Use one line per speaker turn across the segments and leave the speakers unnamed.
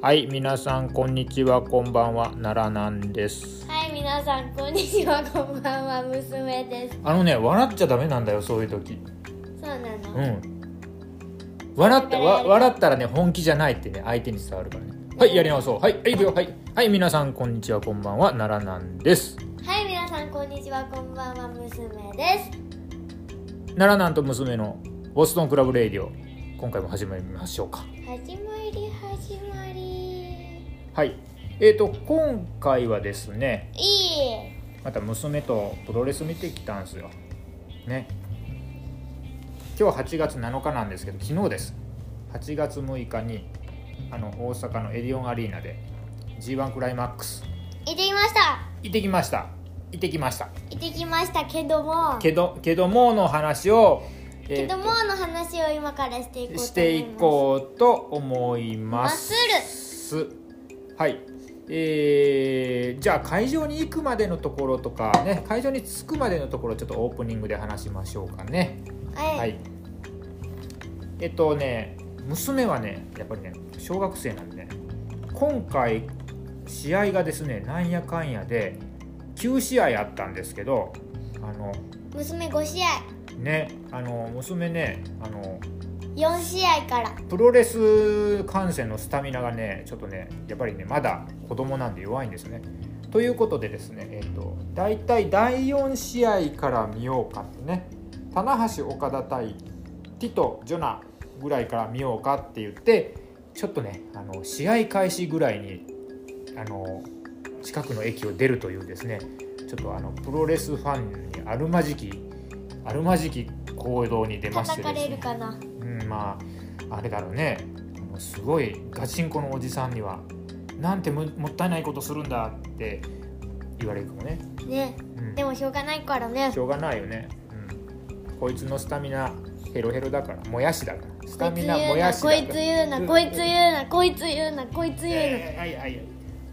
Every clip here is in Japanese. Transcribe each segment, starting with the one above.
はい、皆さんこんにちは、こんばんは、奈良なんです。
はい、皆さん、こんにちは、こんばんは、娘です。
あのね、笑っちゃダメなんだよ、そういう時。
そうなの。
うん。笑った、わ笑ったらね、本気じゃないってね、相手に伝わるからね。はい、やり直そう。はい、はい、いくよ。はい、はい、皆さんこんにちは、こんばんは、奈良なんです。
はい、皆さん、こんにちは、こんばんは、娘です。
奈良なんと娘のボストンクラブレイディオ。今回も始めましょうか。
始まり、始まり。
はい。えーと、今回はですね、
いい。
また娘とプロレス見てきたんですよね今日8月7日なんですけど昨日です8月6日にあの大阪のエディオンアリーナで G1 クライマックス
行ってきました。
行ってきました行ってきました
行ってきましたけども。
けどけどもうの話を、
け
えーと
どもの話を今からしていこうと思います。
していこうと思いま
ます
はいえーじゃあ会場に行くまでのところとかね会場に着くまでのところちょっとオープニングで話しましょうかね
はい。
はい。えっとね、娘はね、やっぱりね、小学生なんでね、今回、試合がですね、なんやかんやで、9試合あったんですけど、あの、
娘5試合、
ね、あの、娘ね、あの、
4試合から。
プロレス観戦のスタミナがね、ちょっとね、やっぱりね、まだ子供なんで弱いんですね。ということでですね、えっと、大体第4試合から見ようかってね、棚橋岡田対ティト・ジョナぐらいから見ようかって言って、ちょっとね、あの試合開始ぐらいにあの近くの駅を出るというですね、ちょっとあのプロレスファンにあるまじき、あるまじき行動に出まして
叩
です
かれ
ね
る。かな。
うん、まああれだろうねあのすごいガチンコのおじさんには「なんてむもったいないことするんだ」って言われるかもね、
ね。
うん
でもしょうがないからね
し。ょうがないよね、うん、こいつのスタミナヘロヘロだからもやしだからス
こ
タ
いつ
ミ
言
ナも
う
や
な、
しだ
こ
から
いつ言うな、こいつ言うな、こいつ言うな、こいつ
いやい
言うな。
やいやいや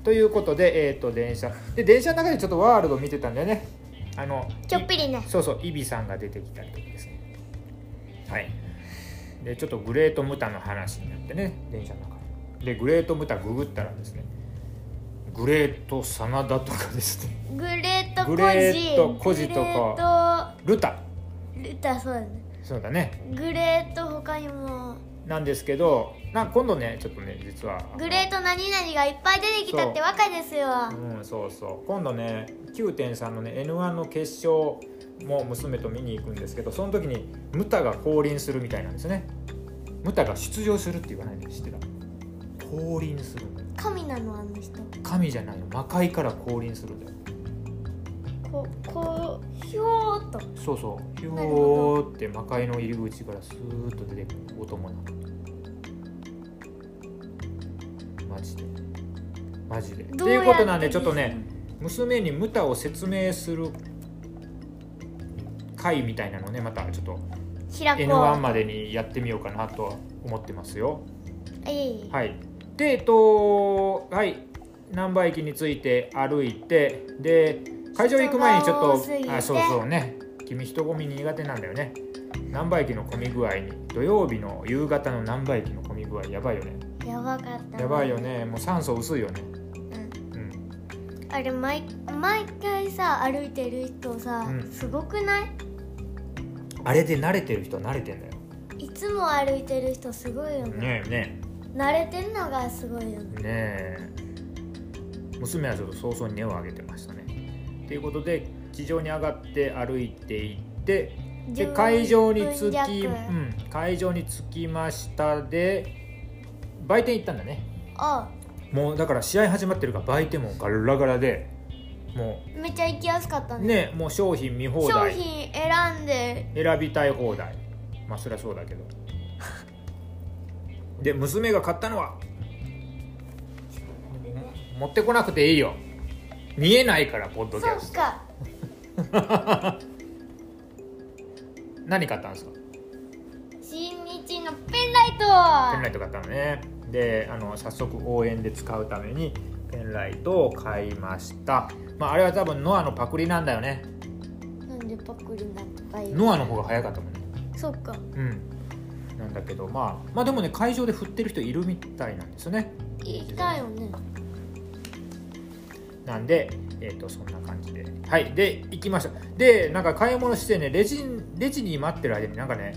ということで、えー、と電車で電車の中でちょっとワールド見てたんだよねあの
ちょっぴりね。
そうそうイビさんが出てきたりとかですねはいでちょっとグレートムタの話になってね電車の中ででグレートムタググったらですねグレート真田とかですね
グレートコジ
グレートコジとかルタ
グレートルタそうだね
そうだね
グレート他にも
なんですけどな今度ねちょっとね実は
グレート何々がいっぱい出てきたってわけですよ
うんそうそう今度ね9.3のね N1 の決勝も娘と見に行くんですけどその時にムタが降臨するみたいなんですねムタが出場するって言わないで知ってた降臨する
神なのあの人
神じゃないの魔界から降臨するんだよ
ここうひょーっと
そうそうひょ
なるほ
ーって魔界の入り口からスーッと出てくる音もなくマジでマジでって
どう
い
や
う
って
ことなんでちょっとね娘にムタを説明する回みたいなのねまたちょっと
開こう
N1 までにやってみようかなとは思ってますよ
いい
はいでえっとはい難波駅について歩いてで会場行く前にちょっ
人が多すぎ
と
て
あそうそうね君人混み苦手なんだよね難波駅の混み具合に土曜日の夕方の難波駅の混み具合やばいよね
やばかったな
やばいよねもう酸素薄いよねうん
あれ毎毎回さ歩いてる人さ、
うん
すごくない
あれで慣れてる人は慣れてんだよ
いつも歩いてる人すごいよね
ねえねえ
慣れてるのがすごいよ
ね
ね
え娘はちょっと早々に根を上げてましたね。ということで地上に上がって歩いていってで
10
会場に着
分弱
き、うん、会場に着きましたで売店行ったんだね
あ
もうだから試合始まってるから売店もガラガラでも
めっちゃ行きやすかった
う
ね
ねもう商品見放
商
題
品選んで
選びたい放題まあそりゃそうだけど で娘が買ったのは持ってこなくていいよ見えないからポッドキャ
そ
ス
う
ト
か
何買ったんですか
新日のペンラ
ペン
イ
ライト買ったのねであの早速応援で使うためにペンライトを買いましたまああれは多分ノアのパクリなんだよね
トなんでパクリなんとか言う
ノアの方が早かったもんね
そっか
うんなんだけど、まあ、まあでもね会場で振ってる人いるみたいなんですね
いたよね
なんで、えー、とそんな感じではいで行きましたでなんか買い物してねレジレジに待ってる間になんかね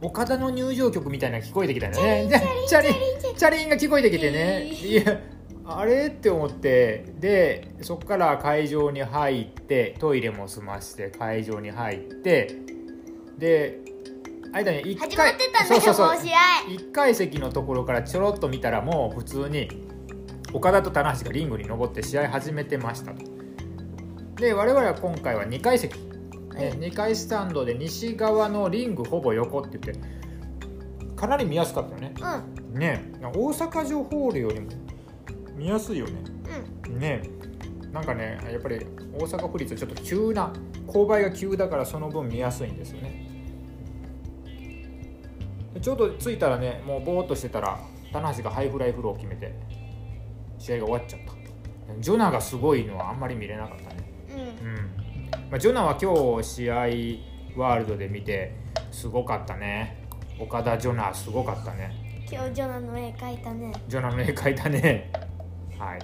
岡田の入場曲みたいなの聞こえてきたんだよねチャリンチャリンが聞こえてきてね
え
いやあれって思ってでそっから会場に入ってトイレも済まして会場に入ってで間に一
始まっ
回
てたね
そうそうそう
もう試合
1階席のところからちょろっと見たらもう普通に岡田と棚橋がリングに登って試合始めてましたとで我々は今回は2階席、ね、2階スタンドで西側のリングほぼ横って言ってかなり見やすかったよね
うん
ねえ大阪城ホールよりも見やすいよね
うん
ねえなんかねやっぱり大阪府立はちょっと急な勾配が急だからその分見やすいんですよねでちょうど着いたらねもうぼーっとしてたら棚橋がハイフライフローを決めて試合が終わっちゃったジョナがすごいのはあんまり見れなかったね
うん
うん、まあ、ジョナは今日試合ワールドで見てすごかったね岡田ジョナすごかったね
今日ジョナの絵描いたね
ジョナの絵描いたね。はい、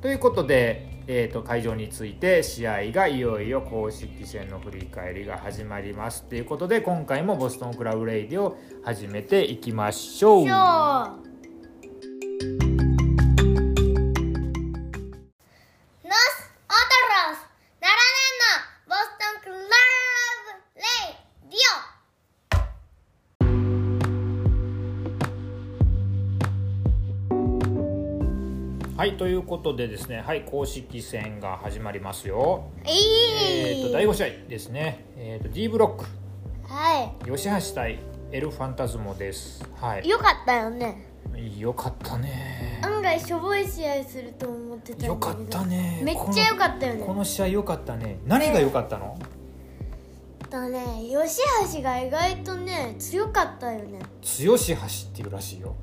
ということで、えー、と会場について試合がいよいよ公式戦の振り返りが始まりますということで今回もボストンクラブレイディを始めていきましょう。
今日ノスオトロス7年のボストンクラブレイディ
はいということでですね、はい、公式戦が始まりますよ。
オ
え
い
ー、と第5試合ですね、えー、と D ブロッ
は
ク吉橋対エル・ファンタズモです。はい
よかったよね
い、よかったね。
案外しょぼい試合すると思ってたんだけど
よかったね。
めっちゃよかったよ
こ
ね
の試合良かったね何が良かったの
だね吉橋が意外とね強かったよね
強し橋っていうらしいよ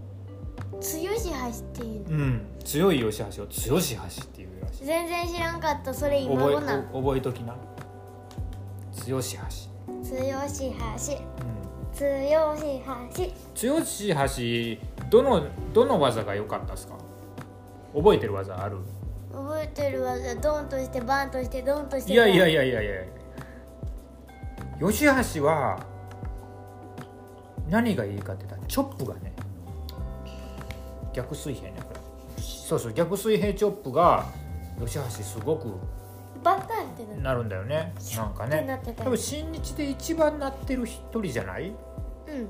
強し橋っていうの
うん強い吉橋を強し橋っていうらしい
全然知らんかったそれ今
覚え
後なの
お覚えときな強し
強し橋
橋うん
強し橋
強し橋どのどの技が良かったですか覚えてる技ある
覚えてる技ドンとしてバンとしてドンとして
いやいや
や
いやいやいや吉橋は何がいいかって言ったらチョップがね逆水平ねこれそうそう逆水平チョップが吉橋すごく
バッタンって
な
な
るんだよねなんか
ってなっ
ね
てた
多分新日で一番なってる一人じゃない、
うん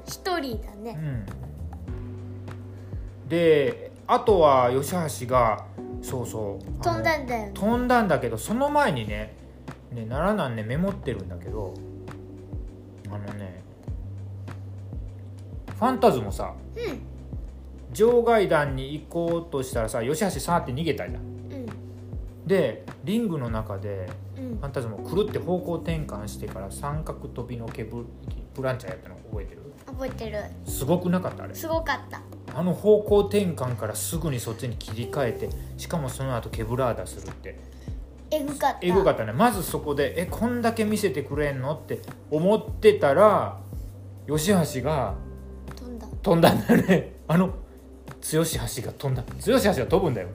一人だ
う
ね
ん、であとは吉橋がそうそう
飛ん
あ
だ
の
んだよね
飛んだんだけどその前にねね奈良なんねメモってるんだけどあのねファンタズもさ
うん
場外弾に行こうとしたらさ吉橋さーって逃げたじゃん
うん
でリングの中で
うん
ファンタズムをくるって方向転換してから三角飛びのケブプランチャーやったの覚えてる
覚えてる
すごくなかったあれ
すごかった
あの方向転換からすぐにそっちに切り替えてしかもその後ケブラーダするって
えぐかった
えぐかったねまずそこでえこんだけ見せてくれんのって思ってたら吉橋が
飛んだ
飛んだんだよね あの強し橋が飛んだ強し橋が飛ぶんだよ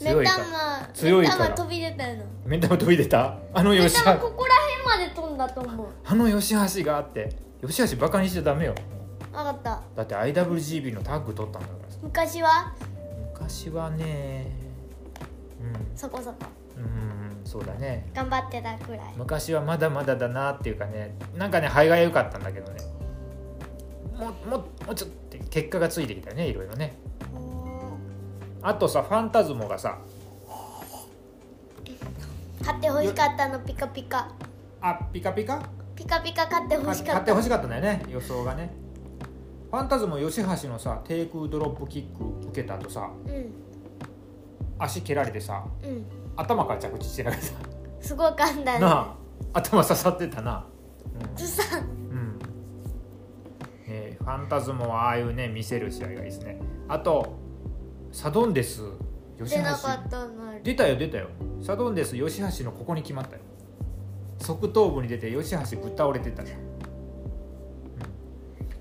目
強いから
玉
強い
目
から
玉飛び出たよな
目玉飛び出たあの
目
吉
玉
橋
ここら辺まで飛んだと思う
あの吉橋があって吉橋バカにしちゃダメよ
分かった
だって IWGB のタッグ取ったんだからさ
昔は
昔はね
そこそこ
うんうんそうだね
頑張ってたくらい
昔はまだまだだなっていうかねなんかね肺が良かったんだけどねもうもうもうちょっと結果がついてきたよねいろいろねあとさファンタズモがさ
買ってほしかったのピカピカ
あピカピカ
ピカピカ買ってほ
買
しか
っ
ってた
欲しかったんだよね予想がねファンタズモ吉橋のさ低空ドロップキック受けた後さ
うん
足蹴られてさ
うん
頭から着地してなかっ
すごかった
た
ね
なあ頭刺さってたな、うん
ずさん
うんね、ファンタズモはああいうね見せる試合がいいですねあとサドンデス吉
出
橋
なかったのあれ
出たよ出たよサドンデス吉橋のここに決まったよ側頭部に出て吉橋ぶっ倒れてたじゃん、うん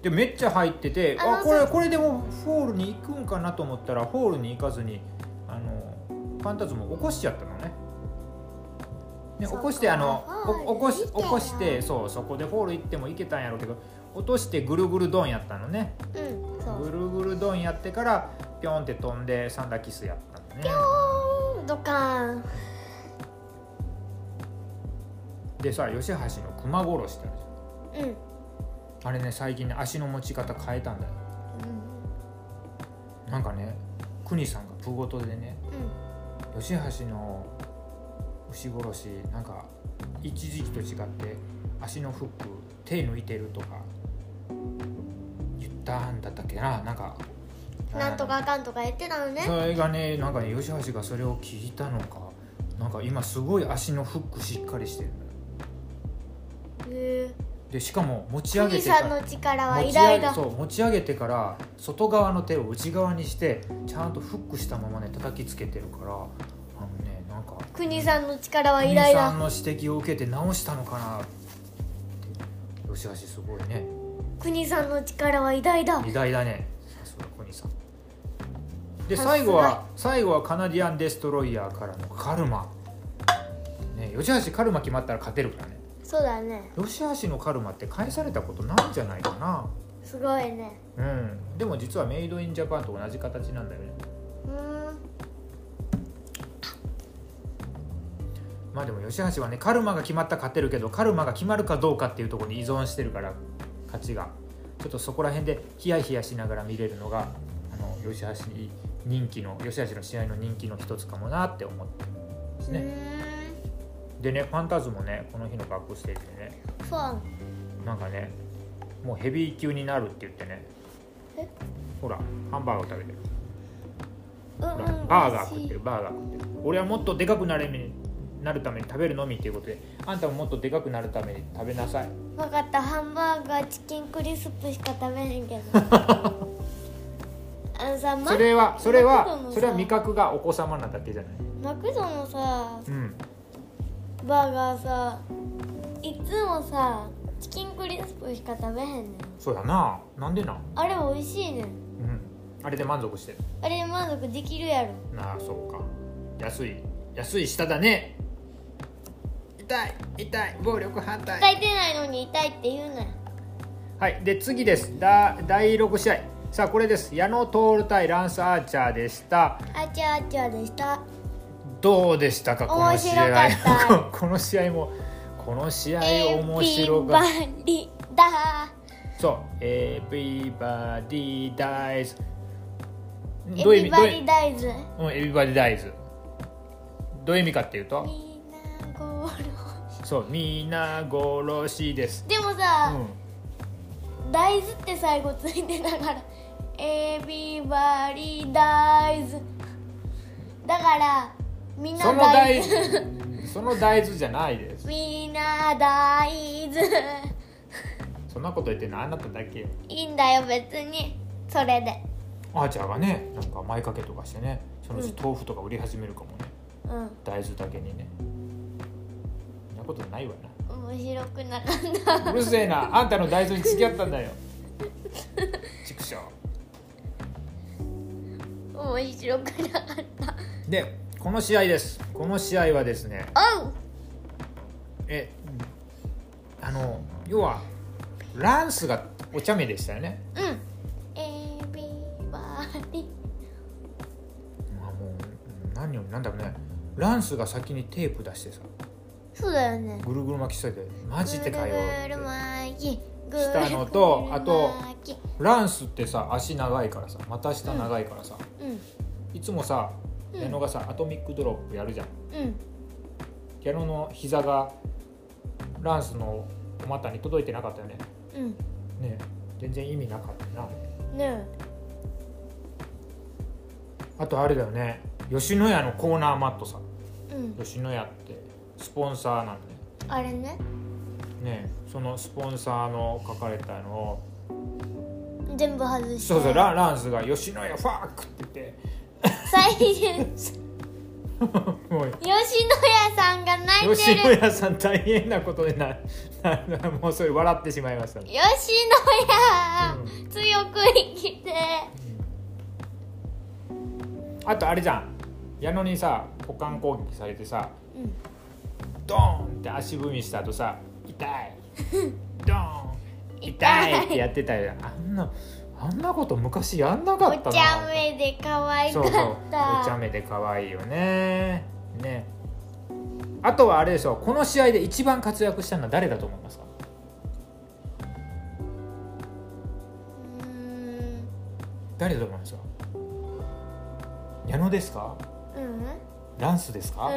でめっちゃ入ってて
あの
あこれこれでもホールに行くんかなと思ったらホールに行かずにあのファンタズムを起こしちゃったのね。ね、
そ
起
っか
こしてあの
ホール
お起こし
行
起
けない
こしてそうそこでホール行っても行けたんやろうけど落としてぐるぐるドンやったのね
うんそ
ぐ
う
るぐるドンやってからピョンって飛んでサンダーキスやったのね
うんドカーン
でさ吉橋の熊殺しってあるじ
うん、うん、
ゃんあれね最近ね足の持ち方変えたんだよなんかね邦さんがプーゴトでね
うん
吉橋の牛殺しなんか一時期と違って足のフック手抜いてるとか言ったんだったっけななんか
なんとかかんとか言ってたのね
それがねなんかね吉橋がそれを聞いたのかなんか今すごい足のフックしっかりしてるのよ
へえ
でしかも持ち上げ
国
て
さんの力は
持
偉
ち上
大
げ
だ
そう持ち上げてから外側の手を内側にしてちゃんとフックしたままね叩きつけてるからあのねなんか
国さんの力は偉
兄
大
さ
だ
んの指摘を受けて直したのかなって吉橋すごいね
国さんの力は偉大だ
偉大だねさすが小西さんで
さすが
最後は最後はカナディアン・デストロイヤーからのカルマ、ね、吉橋カルマ決まったら勝てるからね
そうだね
吉橋のカルマって返されたことないんじゃないかな
すごいね
うんでも実はメイドインジャパンと同じ形なんだよね
うん
まあでも吉橋はねカルマが決まったら勝てるけどカルマが決まるかどうかっていうところに依存してるから勝ちがちょっとそこら辺でヒヤヒヤしながら見れるのがあの吉橋人気の吉橋の試合の人気の一つかもなって思ってますね、でねファンタズもねこの日のバックステージでね
うんそう
なんかねもうヘビー級になるって言ってね
え
ほらハンバーガー食べてる
うん
ほ
う
ら
ん
バーガー食ってるバーガー食ってる俺はもっとでかくなれるなるために食べるのみっていうことであんたももっとでかくなるために食べなさい
分かったハンバーガーチキンクリスプしか食べへんけ どあのさマ
それはそれ
マクドの
は
さ
それは味覚がお子様なだけじゃない
マクドのさ
うん
バーガーさいつもさチキンクリスプしか食べへんねん
そうやななんでな
あれ美味しいねん
うんあれで満足してる
あれ満足できるやろ
なあそうか安い安い下だね痛い痛い暴力反対
痛いてないのに痛いって言うなよ
はい、で次ですだ第6試合さあこれです矢野徹対ランス・アーチャーでした
あちゃあちゃでした
どうでしたかこの試合
面白かっ
この試合もこの試合面
エ
白
ン
か
バ
っ
リだ
たそう「Everybody Dies」
エ
どういう意味
ビ
ど
バ
うい
リ
う
ダイズ
うん Everybody Dies」どういう意味かっていうと
みんなゴロ
そう皆殺しです、
でも
う
さ、
ん、
大豆って最後ついてたからエビバリ大豆だからみんな
その大
大豆
豆その大豆じゃないです
みんな大豆
そんなこと言ってんのあなただけよ
いいんだよ別にそれで
アーチャーがねなんか前掛けとかしてねそのう
う
ち
ん
豆腐とか売り始めるかもね、
うん
大豆だけにねそんなことないわ
面白くなかった
なうるせえなあんたの大豆に付き合ったんだよ畜生
面白くなかっ
でこの試合ですこの試合はですね
たおう
えあの要はランスがお茶目でしたよね
うんエビバリ
まあもう何よりなんだろうねランスが先にテープ出してさ
そうだよね
ぐるぐる巻きしててマジでかよって
ぐるぐる巻きぐるぐる
したのとあと
巻き
ランスってさ足長いからさ股下長いからさ、
うん
いつもさ
うん
矢野がさ、アトミックドロップやるじゃん
うん
矢野の膝がランスのお股に届いてなかったよね
うん
ねえ全然意味なかったな
ね
あとあれだよね吉野家のコーナーマットさ
えうん
吉野家ってスポンサーなんで
あれね
ねえそのスポンサーの書かれたのを
全部外して
そうそうランランスが「吉野家ファック!」って言って
再現
もう
吉野家さんが泣いて
吉
る
野家さん大変なことになな もうそれ笑ってしまいました、ね
吉野家、強く生きて
あとあれじゃん矢野にさ股間攻撃されてさ
うん
ドーンって足踏みした後さ痛 いドーン痛
痛い
いってやってたよあんなあんなこと昔やんなかったな
お茶目で可愛か
そ
っ
う
た
そうお茶目で可愛いよねねあとはあれでしょこの試合で一番活躍したのは誰だと思いますか
うーん
誰だと思いますか矢野ですか
うん
ランスですか、
うん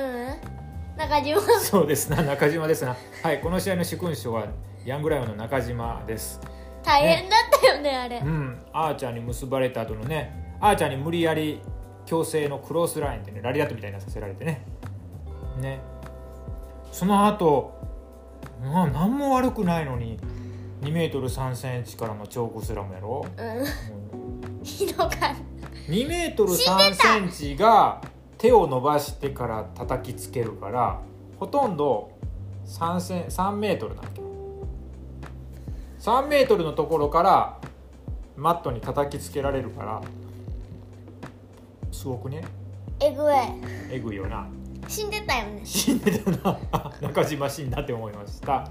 中島
そうですな中島ですなはいこの試合の主君賞はヤングライオンの中島です
大変だったよねあれ
うんあーちゃんに結ばれた後のねあーちゃんに無理やり強制のクロスラインってねラリアットみたいなのさせられてねねその後な何も悪くないのに2メートル3センチからのチョークスラムやろ
うんひどかった
2メートル3センチが手を伸ばしてから叩きつけるからほとんど3セン3メートルなんだけど3メートルのところからマットに叩きつけられるからすごくね
えぐい
えぐいよな
死んでたよね
死んでたな中島死んだって思いました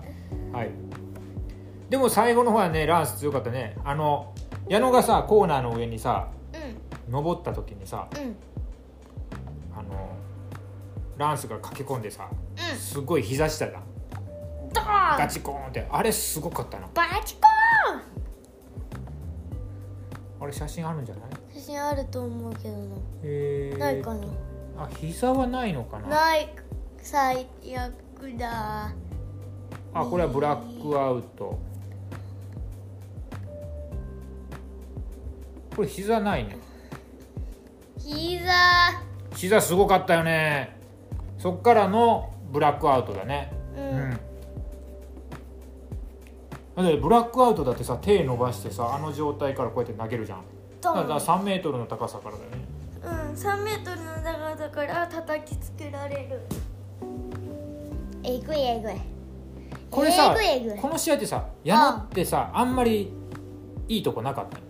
はいでも最後の方はねランス強かったねあの矢野がさコーナーの上にさ
う
登った時にさ
んうんうん
あのランスが駆け込んでさすごい膝下だ
ドー
ガ
ン
チコーンってあれすごかったな
バチコーン
あれ写真あるんじゃない
写真あると思うけど
えー、
なないかな
あ膝はないのかな
ない最悪だ
あこれはブラックアウトこれ膝ないね
膝
膝すごかったよねそっからのブラックアウトだね
う、
うんんだってブラックアウトだってさ手伸ばしてさあの状態からこうやって投げるじゃん
ド
だ
ン
から3メートルの高さからだよね
うん、3メートルの長さから叩きつけられるえぐいえぐい
これさ
えぐいえぐい
この試合ってさ矢野ってさあんまりいいとこなかったの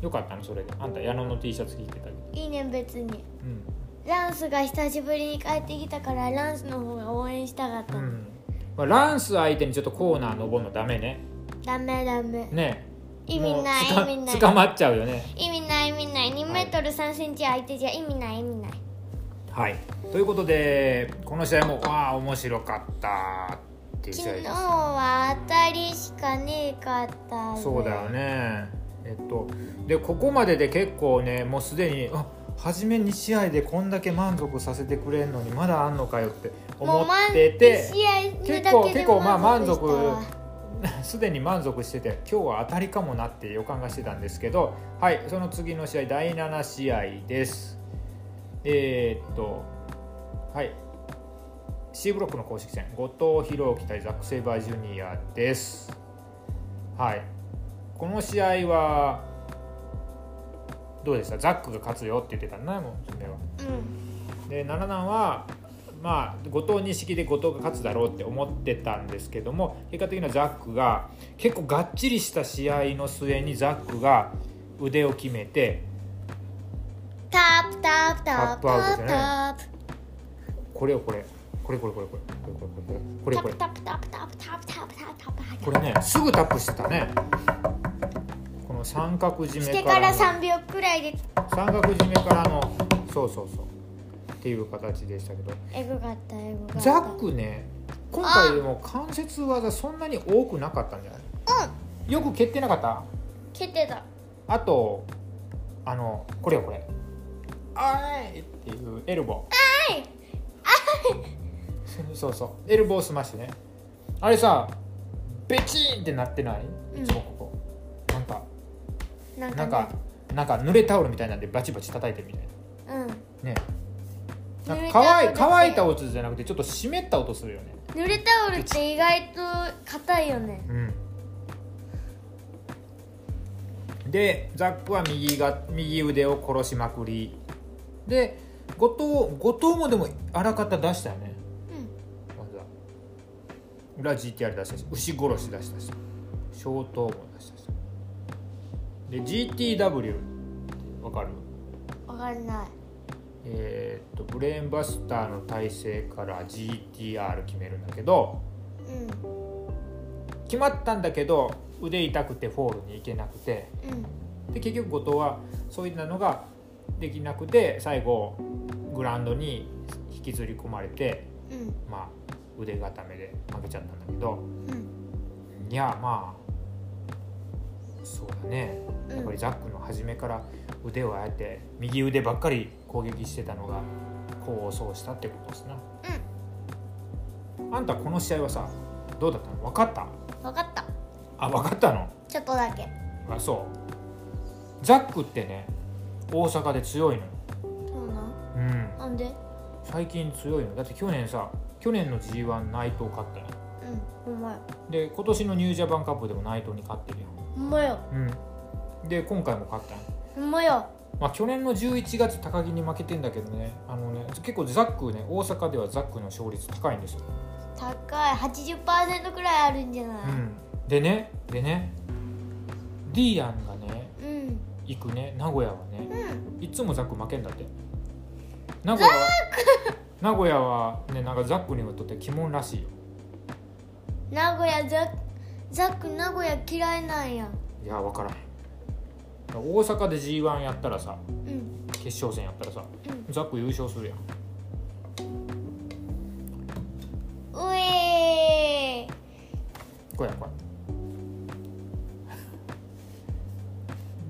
よかったのそれであんた矢野の T シャツ着てたけど
うんいいね別に
うん
ランスが久しぶりに帰ってきたからランスの方が応援したかった、
うんまあ、ランス相手にちょっとコーナー登るのダメね
ダメダメ
ね
意
も
味ない
うつか
意味ない
捕まっちゃうよね
意味ない意味ない2メートル3センチ相手じゃ意味ない意味ない
はいということでこの試合もわあ面白かったっていう試合
昨
で
日
す
は当たりしかねえかった
そうだよねえっとでここまでで結構ねもうすでにあ初め2試合でこんだけ満足させてくれんのにまだあんのかよって思
もう満
ってて
試合
結
目だけで
構結構まあ満
したわ
足 すでに満足してて今日は当たりかもなって予感がしてたんですけどはいその次の試合第7試合ですえーっとはい C ブロックの公式戦後藤弘樹対ザック・セイバージュニアですはいこの試合はどうでしたザックが勝つよって言ってたんだねもうそれは
うん
で奈良南はまあ後藤錦で後藤が勝つだろうって思ってたんですけども結果的にはザックが結構がっちりした試合の末にザックが腕を決めて
タップタップタップ
タップ
タ
アウ
ッ
ト
プ
でね
タップ
これをこれこれこれこれこれこれこれこれこれこれ
タップタップタップタップタップタップタップタップ
これねすぐタップしてたねこの三角締
し
め
て
か
からら
の
3秒くらいで
三角締めからのそうそうそうっていう形でしたけど
エグかったエグかった
ザックね今回でも関節技そんなに多くなかったんじゃないよく蹴ってなかった
蹴ってた
あとあのこれよこれ「あーい!」っていうエルボー
ーい
そうそうそうエルボースマッシュねあれさベチーンってなってない
うん
いつもここなんか
なん
な
か
んかなんか濡れタオルみたいなんでバチバチ叩いてるみたい
うん
なねなん
濡れ
か
タオル
乾い
です
乾いた音じゃなくてちょっと湿った音するよね
濡れタオルって意外と硬いよね
でザックは右が右腕を殺しまくりで後藤後藤もでもあらかた出したよね
う
まずは裏 GTR 出したし牛殺し出したし小刀も出したしで GTW わかる
んわかんない
えーっとブレーンバスターの体制から GTR 決めるんだけど
うん
決まったんだけど腕痛くてフォールに行けなくて
うん
で結局後藤はそういったのができなくて最後グラウンドに引きずり込まれて、
うん
まあ、腕固めで負けちゃったんだけど
うん
いやまあそうだね
うん
やっぱりザックの初めから腕をあえて右腕ばっかり攻撃してたのが功を奏したってことですな。あんたこの試合はさどうだったの分かった
わかった
あ分かったの
ちょっとだけ
あそうザックってね大阪で強いのよ
そうなん
うん
なんで
最近強いのだって去年さ去年の g 1内藤勝ったよ
うんうまい
で今年のニュージャパンカップでも内藤に勝ってるよ
うまいよ
うんで今回も勝ったよ
うまいよ
まあ去年の11月高木に負けてんだけどねあのね結構ザックね大阪ではザックの勝率高いんですよ、
高い80%くらいあるんじゃな
う
い
ん、でねでねディアンがね
うん
行くね名古屋はね
うん
いつもザック負けんだって名古屋は名古屋はねなんかザックにとって鬼門らしいよ
名古屋ザックザック名古屋嫌いなんや
いや分からへん大阪で g 1やったらさ
うん
決勝戦やったらさ
うん
ザック優勝するやん
うえー
これやこ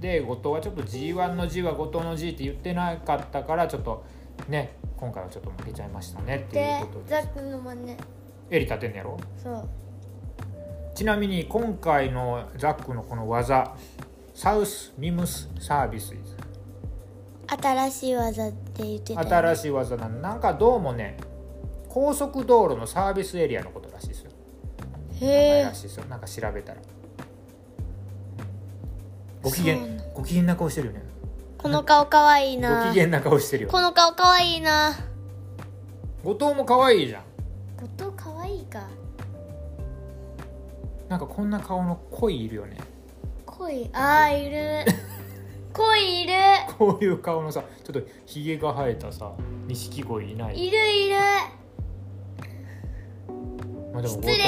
れ で後藤はちょっと g 1の G は後藤の G って言ってなかったからちょっとね今回はちょっと負けちゃいましたねって
で
いうこと
ザ
です
ックの真似
襟立てんのやろ
そう
ちなみに今回のザックのこの技サウスミムスサービスイズ
新しい技って言ってたよ
新しい技なんなんかどうもね高速道路のサービスエリアのことらしいですよ、
へ
前
え
らしいですよなんか調べたらご機嫌
そうなん
ご機嫌な顔してるよね
この顔かわいい
ご
な
機嫌な顔してるよ
この顔かわいいな
後藤も可愛いじゃん
後藤かわいいか
なんかこんな顔の恋いるよね
恋あーいる恋いる
こういう顔のさちょっとひげが生えたさ錦鯉いない
いるいる
まあでも後
失
藤
礼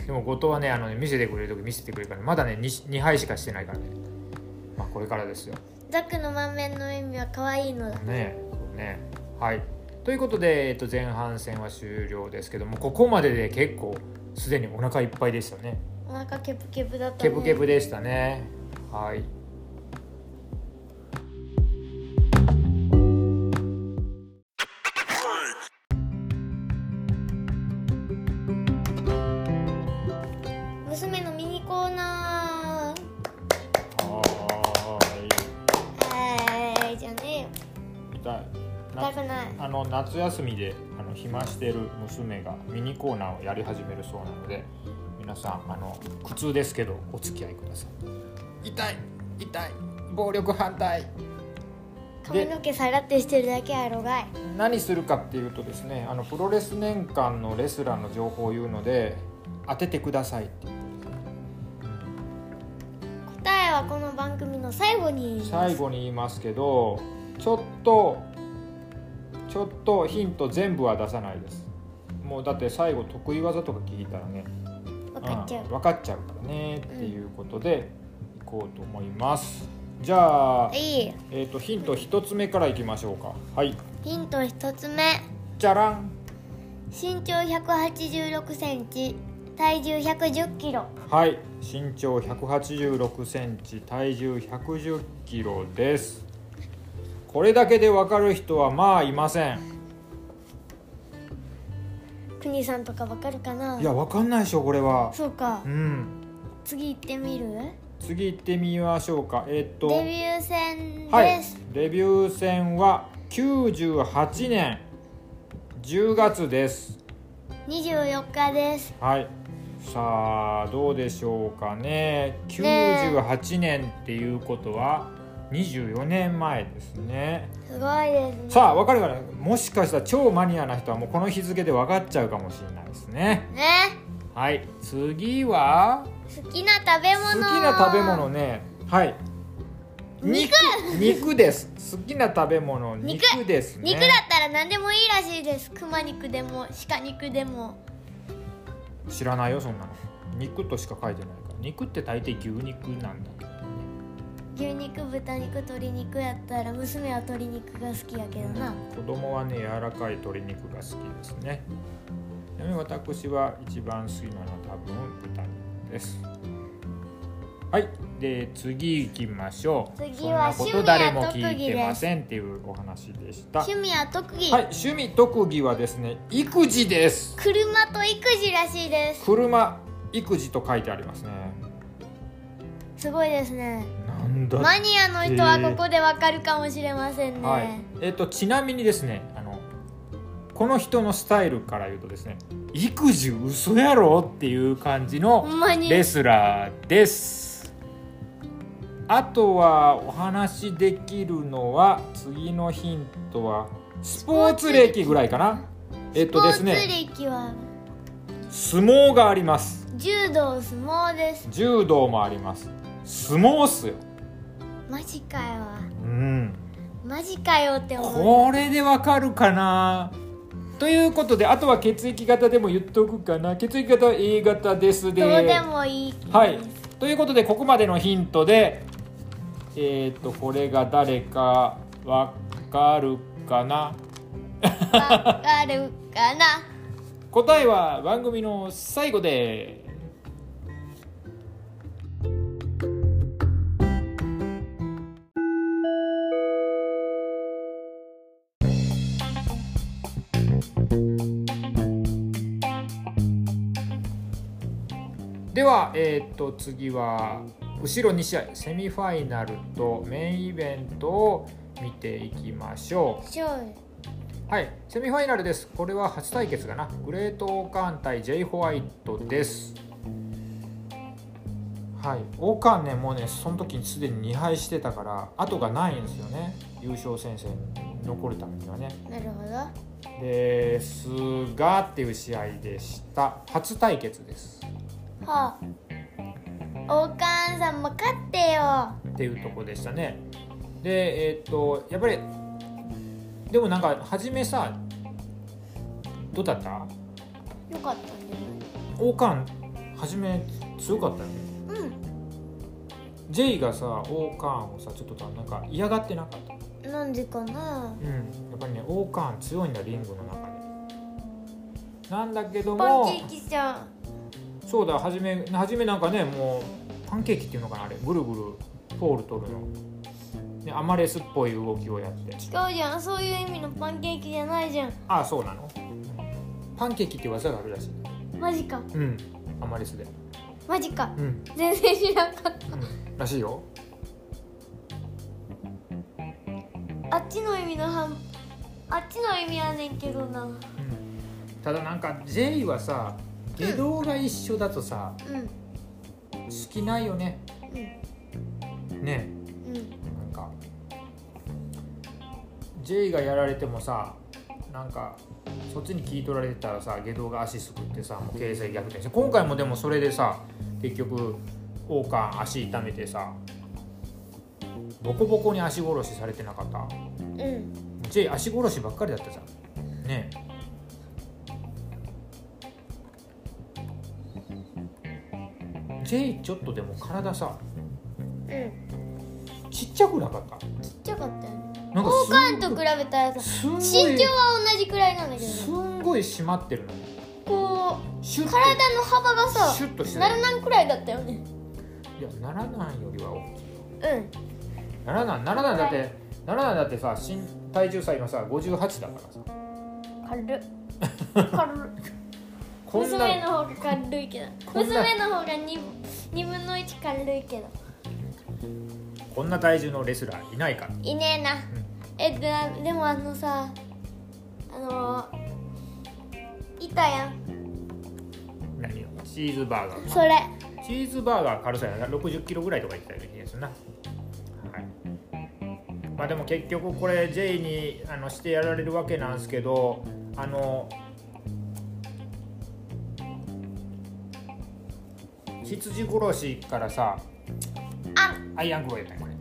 だ
でも後藤はねあのね見せてくれる時見せてくれるからねまだね 2, 2杯しかしてないからねまあこれからですよ
ザックの満面の意味は可愛いのだ
ねそうねはいということで、えっと、前半戦は終了ですけどもここまでで結構すでにお腹いっぱいでしたね
お腹ケプケプだったね
ケブケブでしたねはい
娘のミニコーナ
は
ーはーいじゃねえよ
ーい痛い
痛くない
あの夏休みであの暇してる娘がミニコーナーをやり始めるそうなので皆さんあの苦痛ですけどお付き合いください痛い痛い暴力反対
髪の毛さらってしてるだけやろがい
何するかっていうとですねあのプロレス年間のレスラーの情報を言うので当ててくださいっていう
答えはこの番組の最後に
最後に言いますけどちょっとちょっとヒント全部は出さないですもうだって最後得意技とか聞いたらね
分かっちゃう、
ん分かっちゃうからねっていうことでいこうと思いますじゃあ、
いい
えー、とヒント一つ目からいきましょうかはい
ヒント一つ目
じゃらん
身長186センチ体重110キロ
はい身長186センチ体重110キロですこれだけで分かる人はまあいません
国さんとかわかるかない
や分かんないでしょこれは
そうか
うん
次行ってみる
次行ってみましょうかえっ、と
デビュー戦
はい
です、、
レビュー戦は98年10月です
24日です
はい。さあどうでしょうかね。
ねえ
98年っていうことは24年前ですね
すごいですね
さあ分かるかなもしかしたら超マニアな人はもうこの日付で分かっちゃうかもしれないですね
ね
はい次は
好きな食べ物
好きな食べ物ねはい肉肉です好きな食べ物
肉
肉ですね
肉だったら何でもいいらしいです熊肉でも鹿肉でも
知らないよそんなの肉としか書いてないから肉って大抵牛肉なんだけど
牛肉豚肉鶏肉やったら娘は鶏肉が好きやけどな
子供はね柔らかい鶏肉が好きですねちなみに私は一番好きなのは多分豚肉ですはいで次行きましょう
次は
そんな
趣
こと
味や
誰も
特技です
聞いてませんっていうお話でしたは
趣
い
味や特技、
趣味特技はですね育児です
車と育児らしいです
車育児と書いてありますね
すごいですね
なんだ
マニアの人はここでわかるかもしれませんね、
はい、えっ、とちなみにですねあのこの人のスタイルから言うとですね育児嘘やろっていう感じの
ほんまに
レスラーですあとはお話しできるのは次のヒントはスポーツ歴ぐらいかなえっとです
スポ
ね
ーツ歴は
相撲があります
柔道相撲です
柔道もあります相撲っすよ
マジかよ
うん
マジかよって思う
これでわかるかなということであとは血液型でも言っとくかな血液型は A 型ですで
どうでもいいです
はいということでここまでのヒントでえっ、とこれが誰かわかるかな
わかるかな
答えは番組の最後ででは、えー、と次は後ろ2試合セミファイナルとメインイベントを見ていきましょう。
勝利
はい、セミファイナルです。これは初対決かな。グレートオーカーン対 J ホワイトです。はい、オーカーンね、もうね、その時にすでに2敗してたから、後がないんですよね。優勝戦線に残るためにはね。
なるほど
ですがっていう試合でした。初対決です。
はあ王冠さんも勝ってよ
っていうとこでしたね。で、えーっと、やっぱり、でもなんか、初めさ、どうだった
よかったんじ
王冠初め強かったよね
ゃない
J がさ王冠をさちょっとなんか嫌がってなかった
うんなんでかな
うんやっぱりね王冠強いんだリングの中でなんだけど
パン
も
ケーキちゃん
そうだ初め初めなんかねもうパンケーキっていうのかなあれぐるぐるポール取るの、ね、アマレスっぽい動きをやって
違うじゃんそういう意味のパンケーキじゃないじゃん
ああそうなのパンケーキって技があるらしい
マジか
うんアマレスで
マジか
うん
全然知らんかっ
うんらしいよ
たあっちの意味の半あっちの意味やねんけどなうん
ただなんか J はさ下道が一緒だとさ
う
好きないよねね
んうん
なんか J がやられてもさなんかそっちに聞い取られてたらさ下道が足すくってさもう形勢逆転して今回もでもそれでさ結局王冠足痛めてさボコボコに足殺しされてなかった
うん、
J 足殺しばっかりだったじゃんねえ J ちょっとでも体さ
うん、
ちっちゃくなかった
ちっちゃかったよね
なんか
王冠
す
と比
んご
べたらさ
いすんご
身
い
長は同じくらいなんだけど
す
ね
んごい締まってるの
こう
シュッと
体の幅がさ
シュッとして
な
ない
らないくらいだったよね
いやならないよりは大きい
うん
ならないならないだってならないだってさ身体重差今さ58だからさ
軽っ軽っ
こんな
娘の方が軽いけど
こんな
娘の方が 2, 2分の1軽いけど
こんな体重のレスラーいないから
いねえなえでなでもあのさあのいたやん
何よチーズバーガー
それ
チーズバーガー軽さやな60キロぐらいとか言ってたような気がするな、はい、まあ、でも結局これ J にあのしてやられるわけなんですけどあの羊殺しからさ
あ
アイアングローやったんこれ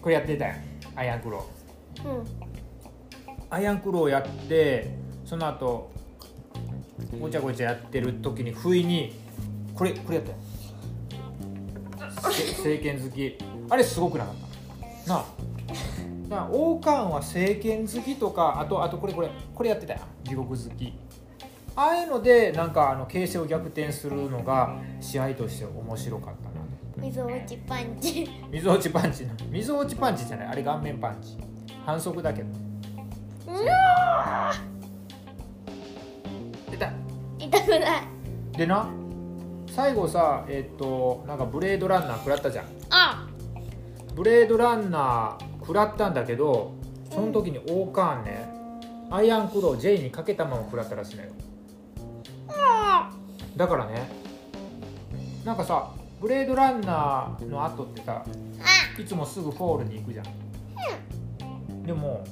これやってたやんアイアングロー
うん
アイアンクローやってその後ごちゃごちゃやってる時に不意にこれこれやったよせ政権好きあれすごくなかったなあだから王冠は政権好きとかあとあとこれこれこれやってたよ地獄好きああいうのでなんかあの形勢を逆転するのが試合として面白かったな
水落ちパンチ
水落ちパンチな水落ちパンチじゃないあれ顔面パンチ反則だけど
うわ
出た
ー痛くない
でな最後さえっ、となんかブレードランナー食らったじゃん
あ
ブレードランナー食らったんだけどその時にオーカーンねアイアンクロー J にかけたまま食らったらしいのよ
あ
だからねなんかさブレードランナーの後ってさ
あ
いつもすぐフォールに行くじゃん、でも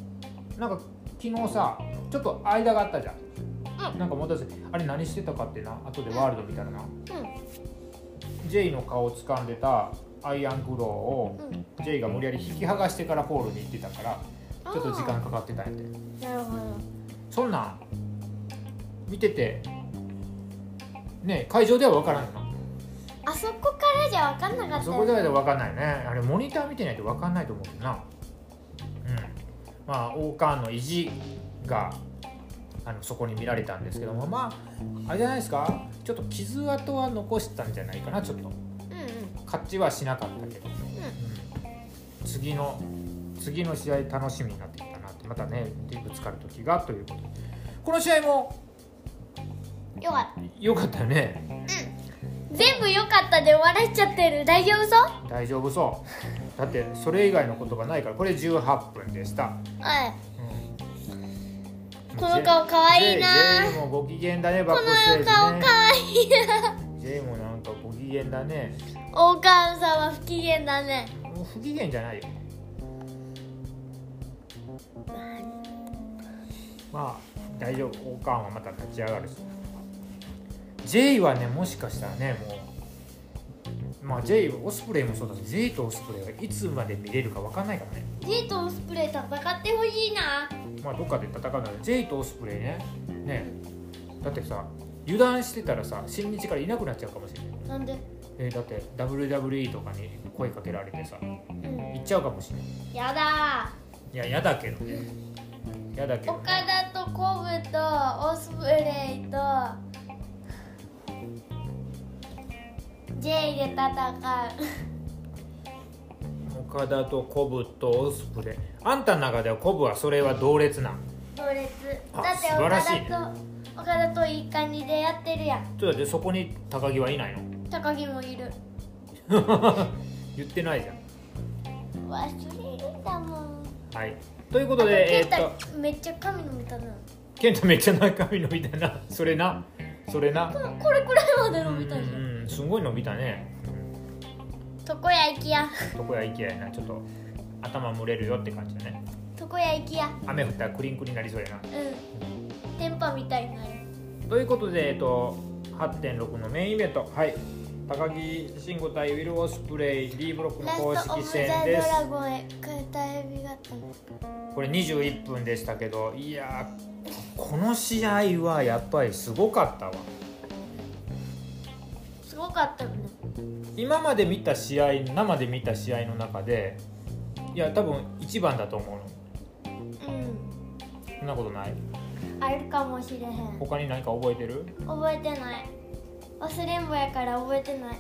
なんか昨日さちょっと間があったじゃん、
うん
なんかもたせあれ何してたかってな後でワールド見たらな、
うん
J の顔を掴んでたアイアングローを
うん
J が無理やり引き剥がしてからフォールに行ってたから
あー
ちょっと時間かかってたんやて
なるほど
そんなん見ててね会場では分からんよな
あそこからじゃ分かんなかった
そこ
よ
では分かんないねあれモニター見てないと分かんないと思うけどなうんまあ王冠の意地があのそこに見られたんですけどもまああれじゃないですかちょっと傷跡は残したんじゃないかなちょっと
うんうん
勝ちはしなかったけど、うん次の次の試合楽しみになってきたなってまたねぶつかる時がということでこの試合も
よかった
良かったよね
全部よかったで終わらしちゃってる大丈夫そう
大丈夫そうだってそれ以外のことがないからこれ18分でした、
はい
うん
この顔かわいいな
J, J もご機嫌だね
こ
バックステー
の
ジ
顔
ね
かわいいな
J もなんかご機嫌だね
王冠さんは不機嫌だね
もう不機嫌じゃないよまあ大丈夫王冠はまた立ち上がるし J はねもしかしたらねもうまあ J オスプレイもそうだし J とオスプレイがいつまで見れるか分かんないからね
J とオスプレイ戦ってほしいな
まあどっかで戦うなら J とオスプレイねねだってさ油断してたらさ新日からいなくなっちゃうかもしれない、
なんで
えーだって WWE とかに声かけられてさ行
うん
っちゃうかもしれない
やだ
いや、嫌だけどね。嫌だけ
ー
ど、
岡
ね。
田とコブとオスプレイと J で戦う
岡田とコブとオスプレイ。あんたの中ではコブはそれは同列なん。
同列
あ
だって
素晴
岡
らし
田
いね
と岡田といい感じでやってるやん
ちょっと待ってそこに高木はいないの
高木もいる
言ってないじゃん。
忘れるんだもん
はい。というこ
あと
とで、え
ケ
ー
ン
っと、
タめっちゃ髪の見たな
ケンタめっちゃ中身伸びたな。それな。それな。
ここれくらいまで
う
伸
ん
びたじゃん
うん、すごい伸びたね。
床屋行きや
床屋行きやな。ちょっと頭蒸れるよって感じだね。
床屋行きや
雨降ったらクリンクリになりそうやな。
うん電波みたいになる
ということで、えっと、8.6のメインイベント、はい、高木慎吾対ウィル・オスプレイ D ブロックの
ラス
公
トオ
式
ブザ
戦
ド
です
ラゴンへ変えたエビが
これ21分でしたけどいやーこの試合はやっぱりすごかったわ
すごかったよね
今まで見た試合生で見た試合の中でいや多分一番だと思うの
う
そんなことない
んあるかもしれへん
他に何か覚えてる
覚えてない忘れんぼやから覚えてない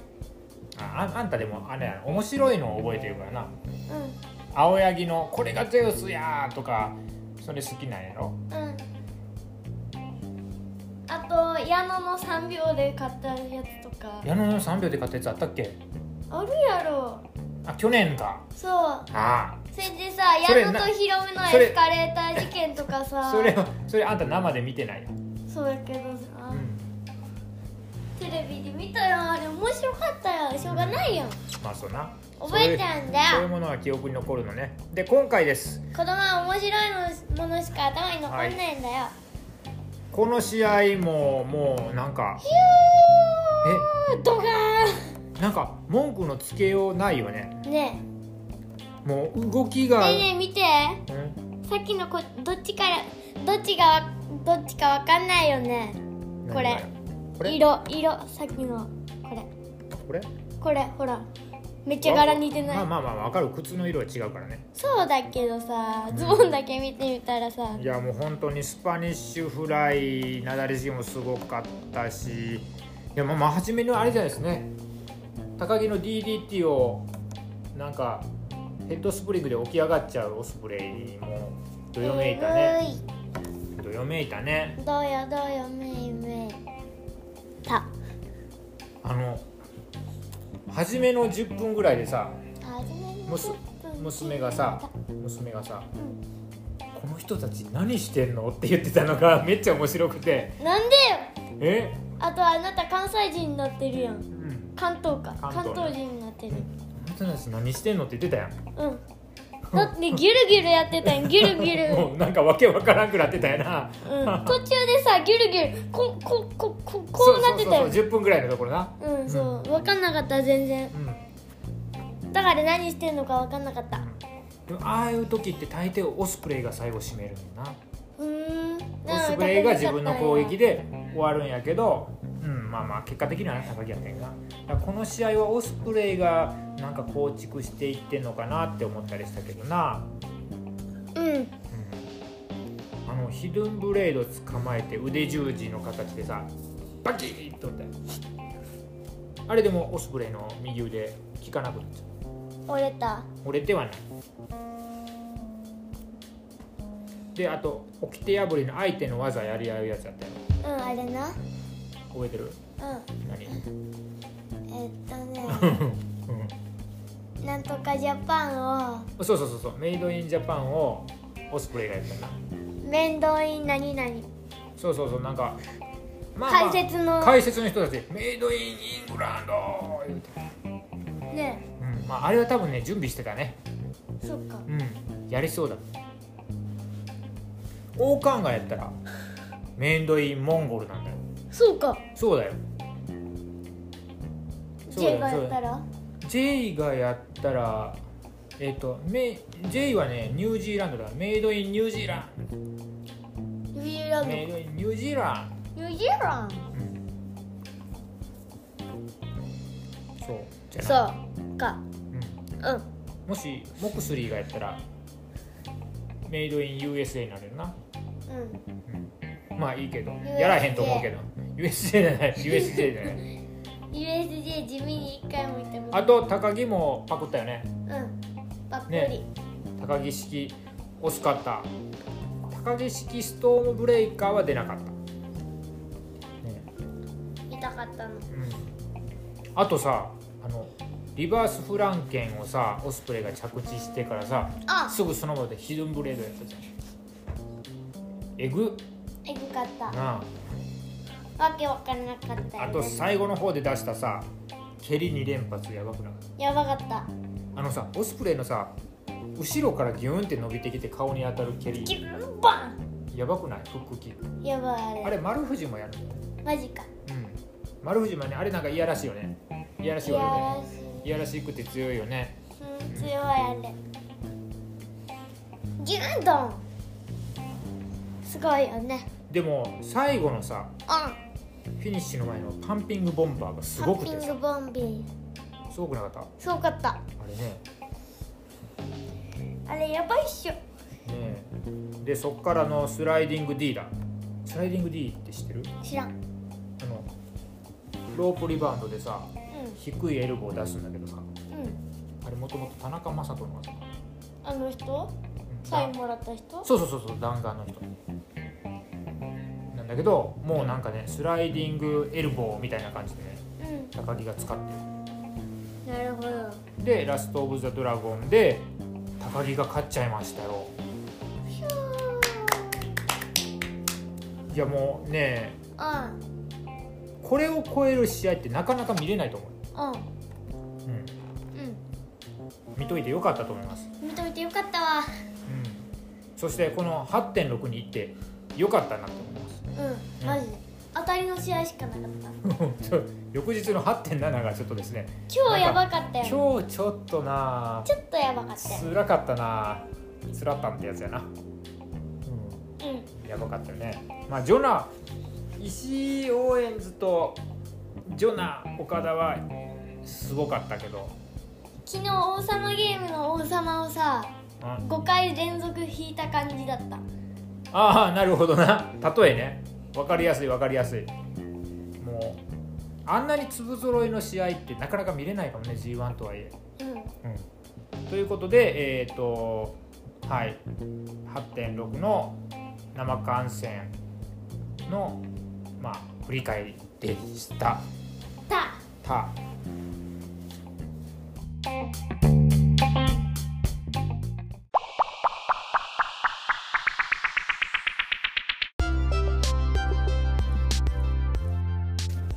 あああんたでもあれや面白いのを覚えてるからな
う
青柳の「これがゼウスや!」とかそれ好きなんやろ
んうんあと矢野の3秒で買ったやつとか
矢野の3秒で勝ったやつあったっけ
あるやろ
あ去年か
そう
あ
それでさ
それ
矢野と
な
ヒロムの
それ
エスカレーター事件とかさ
あそれそれあんた生で見てないよ、
そうやけどさ、
うん、
テレビで見たよあれ面白かったよしょうがないよ
まあそうな
覚えちゃうんだよ
そういうそういうものが記憶に残るのねで今回です
子供は面白いのものしか頭に残んないんだよ、
この試合ももうなんか
ヒュードカ
えなんか文句のつけようないよね
ーンね
もう動き
え
が、
ねえねえ見て
うん
さっきのこどっちからどっちがわどっちかわかんないよね
何
これ
がよこれ
色色さっきのこれ
これ
これほらめっちゃ柄似てない、
まあまあまあわかる靴の色は違うからね
そうだけどさズボンだけ見てみたらさ
いやもう本当にスパニッシュフライなだれ汁もすごかったしいやもうまあ初めのあれじゃないですね高木の DDT をなんかヘッドスプリングで起き上がっちゃうオスプレイにもどよめいたね
え
どよめいたね
ぐいどうよどうよめいめいた
あの初めの10分ぐらいでさ
はじめに
むす娘がさ娘がさ
うん
「この人たち何してんの?」って言ってたのがめっちゃ面白くて
なんでよ
「え
あとあなた関西人になってるやん
うん
関東か
関
関
東ね
東,、人になってる
あなたたち何してんの?」って言ってたやん
うんだってギュルギュルやってたやんギュルギュル
もうなんかわけわからんくなってたよな。
うん、途中でさギュルギュルここここ
そ
こうなっ
そ
てたよ
うそうそう10分ぐらいのところな。
うんそう分かんなかった全然
うん。
だから何してんのか分かんなかった
でもああいう時って大抵オスプレイが最後締めるんだな。
うーん
オ
な
ス
ん
プレイが自分の攻撃で終わるんやけど、うん、まあまあ結果的にはね高木やったんやな。だからこの試合はオスプレイがなんか構築していってんのかなって思ったりしたけどな。
うん
うんあのヒドゥンブレード捕まえて腕十字の形でさバキーッとってあれでもオスプレイの右腕効かなくなっちゃう
折れた
折れてはないであと掟破りの相手の技やり合うやつやったよ
うんあれな
覚えてる
う
何、
んえっと ね
う
なんとかジャパンを
ん、そうそうそうそうメイドインジャパンをオスプレイがやったな
面倒い何々
そうそうそうなんか、ま
解説の
解説の人たち「メイドインイングランド」言うて
ね
うんまあ、あれは多分ね準備してたね
そっか
うんやりそうだ王冠がやったらメンドインモンゴルなんだよ
そうか
そうだよそうだ
J
よ
がやっ
そうだ
た
よ
ら
J がやったらえっ、とメ J はねニュージーランドだメイドインニュージーラン
ニュージーラン
ド
ド
メイドインニュージーラン
ニュージーラン
ド、うん、そうじゃない
そうかう
うん、もしモクスリーがやったらメイドイン USA になれるなん
うん
まあいいけど
USJ
やらへんと思うけど USJ じゃない USJ じゃない
USJ 地味に一回も行ったこと
あと高木もパクったよね
うんばっくり、
ね高木式惜しかった高木式ストームブレイカーは出なかった、ね
痛かったの
うん、あとさあのリバースフランケンをさオスプレイが着地してからさ
あ
すぐその場でヒドゥンブレードやったじゃんえぐ
エグかった
なあ
わけわからなかった
あ
よ、
と
ね、
最後の方で出したさ蹴り2連発やばくなかった
やばかった
あのさオスプレイのさ後ろからギューンって伸びてきて顔に当たる蹴り
キュンバ
やばくないフックキック
ンやばいあれ
あれ丸藤もやるの
マジか
うん丸藤もねあれなんかいやらしいよねいやらしい
い
よ
や
ね
らし
い
い
やらしくて強いよね
うん強いあれギュンドンすごいよね
でも最後のさ
う
フィニッシュの前のパンピングボンバーがす
ん
ご
パ
く
ンピ
て
ン
さ
グボンビー
すごくなかったあ
すごかった
れね
あれやばいっしょ
ねえでそっからのスライディング D だスライディング D って知ってる
知らんうん
あのロープリバウンドでさ低いエルボー出すんだけどさ
うん
あれもともと田中将人の技
あの人
うん
サインもらった人
そうそうそうそう弾丸の人なんだけどもうなんかねスライディングエルボーみたいな感じでね
うん
高木が使って
なるほど
るでラスト・オブ・ザ・ドラゴンで高木が勝っちゃいましたよ
ひょー
いやもうね
うん
ここれを超える試合ってなかなか見れないと思う、
うん
うん、
う
見といてよかったと思います、
ん見といてよかったわ
うん、そしてこの8.6に行ってよかったなと思います
うんマジで当たりの試合しかなかった
ちょ翌日の8.7がちょっとですね
超やばかったよ
今日ちょっとな
ちょっとやばかったよ
辛かったな辛かったってやつやな、う
うん
ん、やばかったよねまあジョナ石井オーエンズとジョナ岡田はすごかったけど、
昨日王様ゲームの王様をさ
うん、あ
5回連続引いた感じだった
あなるほどな例えね分かりやすい分かりやすいもうあんなに粒揃いの試合ってなかなか見れないかもね G1 とはいえ
うん
ということで、えーとはい、8.6の生観戦の、まあ、振り返りでした。
た
た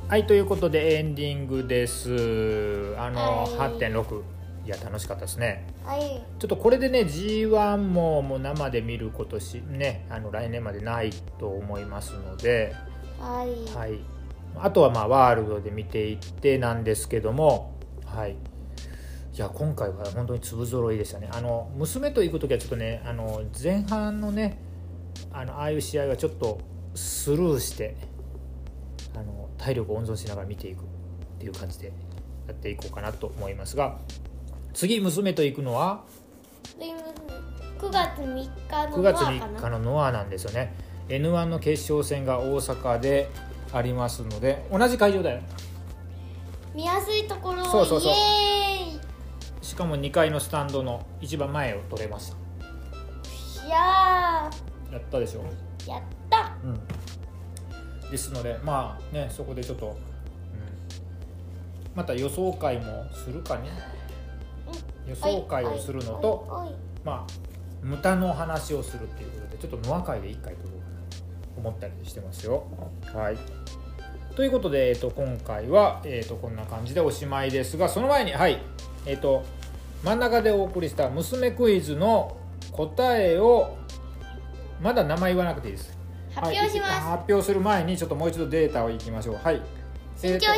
はいということでエンディングですあの、
はい
8.6いや楽しかったですね
はい
ちょっとこれでね G1 ももう生で見ることしねあの来年までないと思いますので、
はい
はい、あとはまあワールドで見ていってなんですけども、はい、いや今回は本当に粒揃いでしたねあの娘と行く時はちょっとねあの前半のねあのああいう試合はちょっとスルーしてあの体力を温存しながら見ていくっていう感じでやっていこうかなと思いますが次娘と行くのは
で9月3日の
9月
ノアか
3日
な
のノアなんですよね N1 の決勝戦が大阪でありますので同じ会場だよ
見やすいところを
そうそうそう
イエ
しかも2階のスタンドの一番前を取れました
ーイいや
やったでしょ、
ーやった
うん、ですのでまあねそこでちょっと、うんまた予想会もするかね予想会をするのと、
はいはい
まあ無駄の話をするっていうことでちょっとノア会で1回取ろうかなと思ったりしてますよ。はいということで、えっと今回は、えっとこんな感じでおしまいですがその前にはいえっ、と真ん中でお送りした「娘クイズ」の答えをまだ名前言わなくていいです。
発表します、
はい発表する前にちょっともう一度データをいきましょう。はい、身
身長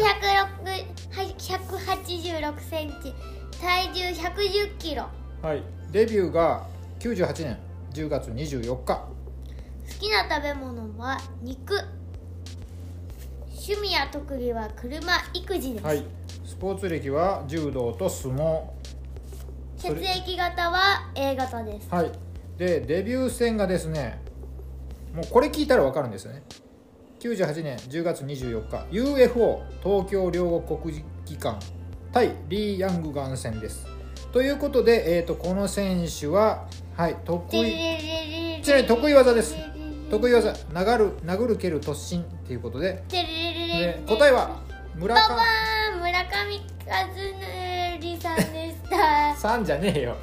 186センチ体重110キロ
はい、デビューが98年10月24日。
好きな食べ物は肉趣味や特技は車育児です、
はい、スポーツ歴は柔道と相撲、
血液型は A 型です
はい、でデビュー戦がですねもうこれ聞いたら分かるんですよね98年10月24日 UFO 東京両国国技館対リー・ヤングガン戦ですということで、えー、とこの選手は、はい、得意ちなみに得意技です得意技殴る殴る蹴る突進ということでで答えは村
パパ
上
ーン村上和則さんでした
さんじゃねえよ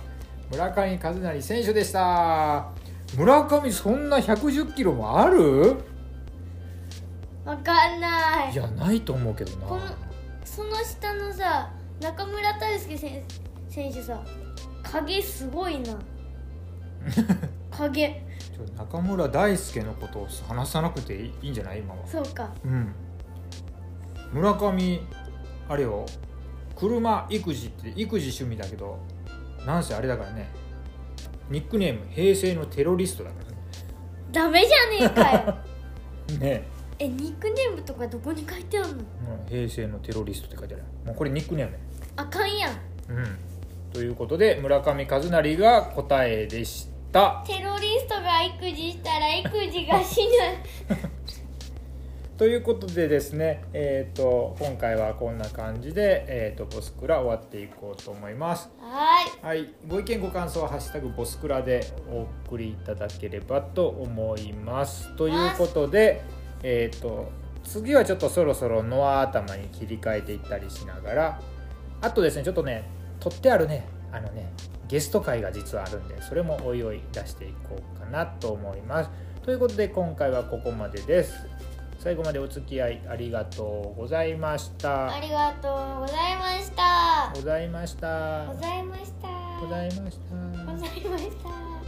村上和成選手でした村上そんな110キロもある
わかんない
いやないと思うけどな
このその下のさ中村大輔選選手さ影すごいな影
ちょ中村大輔のことを話さなくていいいいんじゃない今は
そうか
うん村上あれよ車育児って育児趣味だけどなんせあれだからねニックネーム平成のテロリストだからね
ダメじゃねえかよ
ね
えニックネームとかどこに書いてあんの
えうん平成のテロリストって書いてあるもうこれニックネームね
あかんやん
うん、ということで村上和成が答えでした
テロリストが育児したら育児が死ぬ
ということでですねえっ、と今回はこんな感じで、えー、とボスクラ終わっていこうと思います
はーい
はいご意見ご感想は「ハッシュタグボスクラ」でお送りいただければと思いますということでえっ、と次はちょっとそろそろノア頭に切り替えていったりしながらあとですねちょっとね取ってあるねあのねゲスト会が実はあるんでそれもおいおい出していこうかなと思いますということで今回はここまでです最後までお付き合いありがとうございました
ありがとうございました
ございました
ございました
ございました
ございました